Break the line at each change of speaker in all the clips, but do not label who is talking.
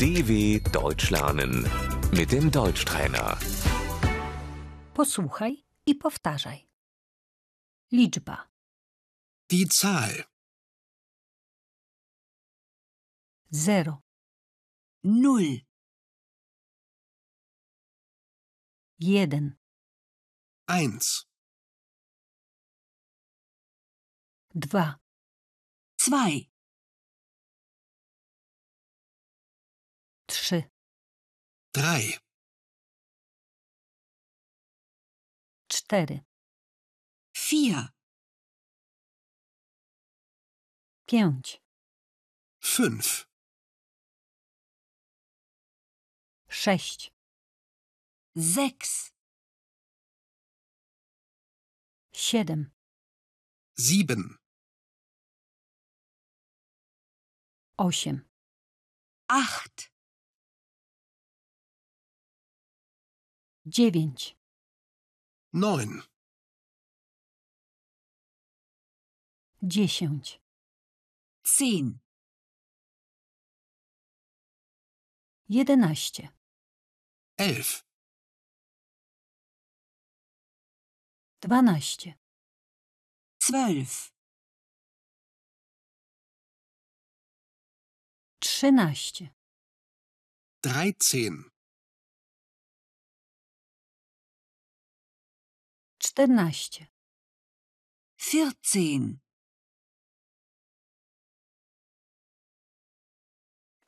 DW Deutsch lernen mit dem Deutschtrainer.
Posłuchaj i powtarzaj. Liczba
Die Zahl
0,
Null,
1,
1,
2,
zwei,
3,
3,
4,
vier,
5,
5,
6,
sechs,
7,
7,
8,
acht,
9,
9,
10,
zehn,
11,
11,
12,
zwölf,
13,
13,
14,
vierzehn,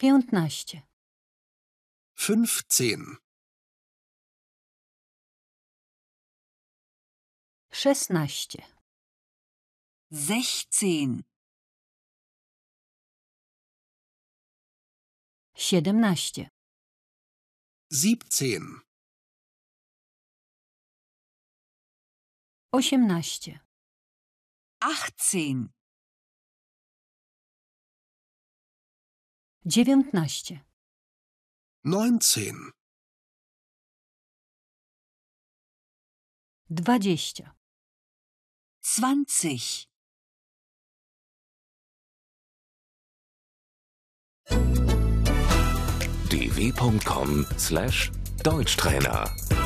15,
15,
16,
sechzehn,
17,
17,
18,
achtzehn,
19,
19,
20,
zwanzig.
dw.com/deutschtrainer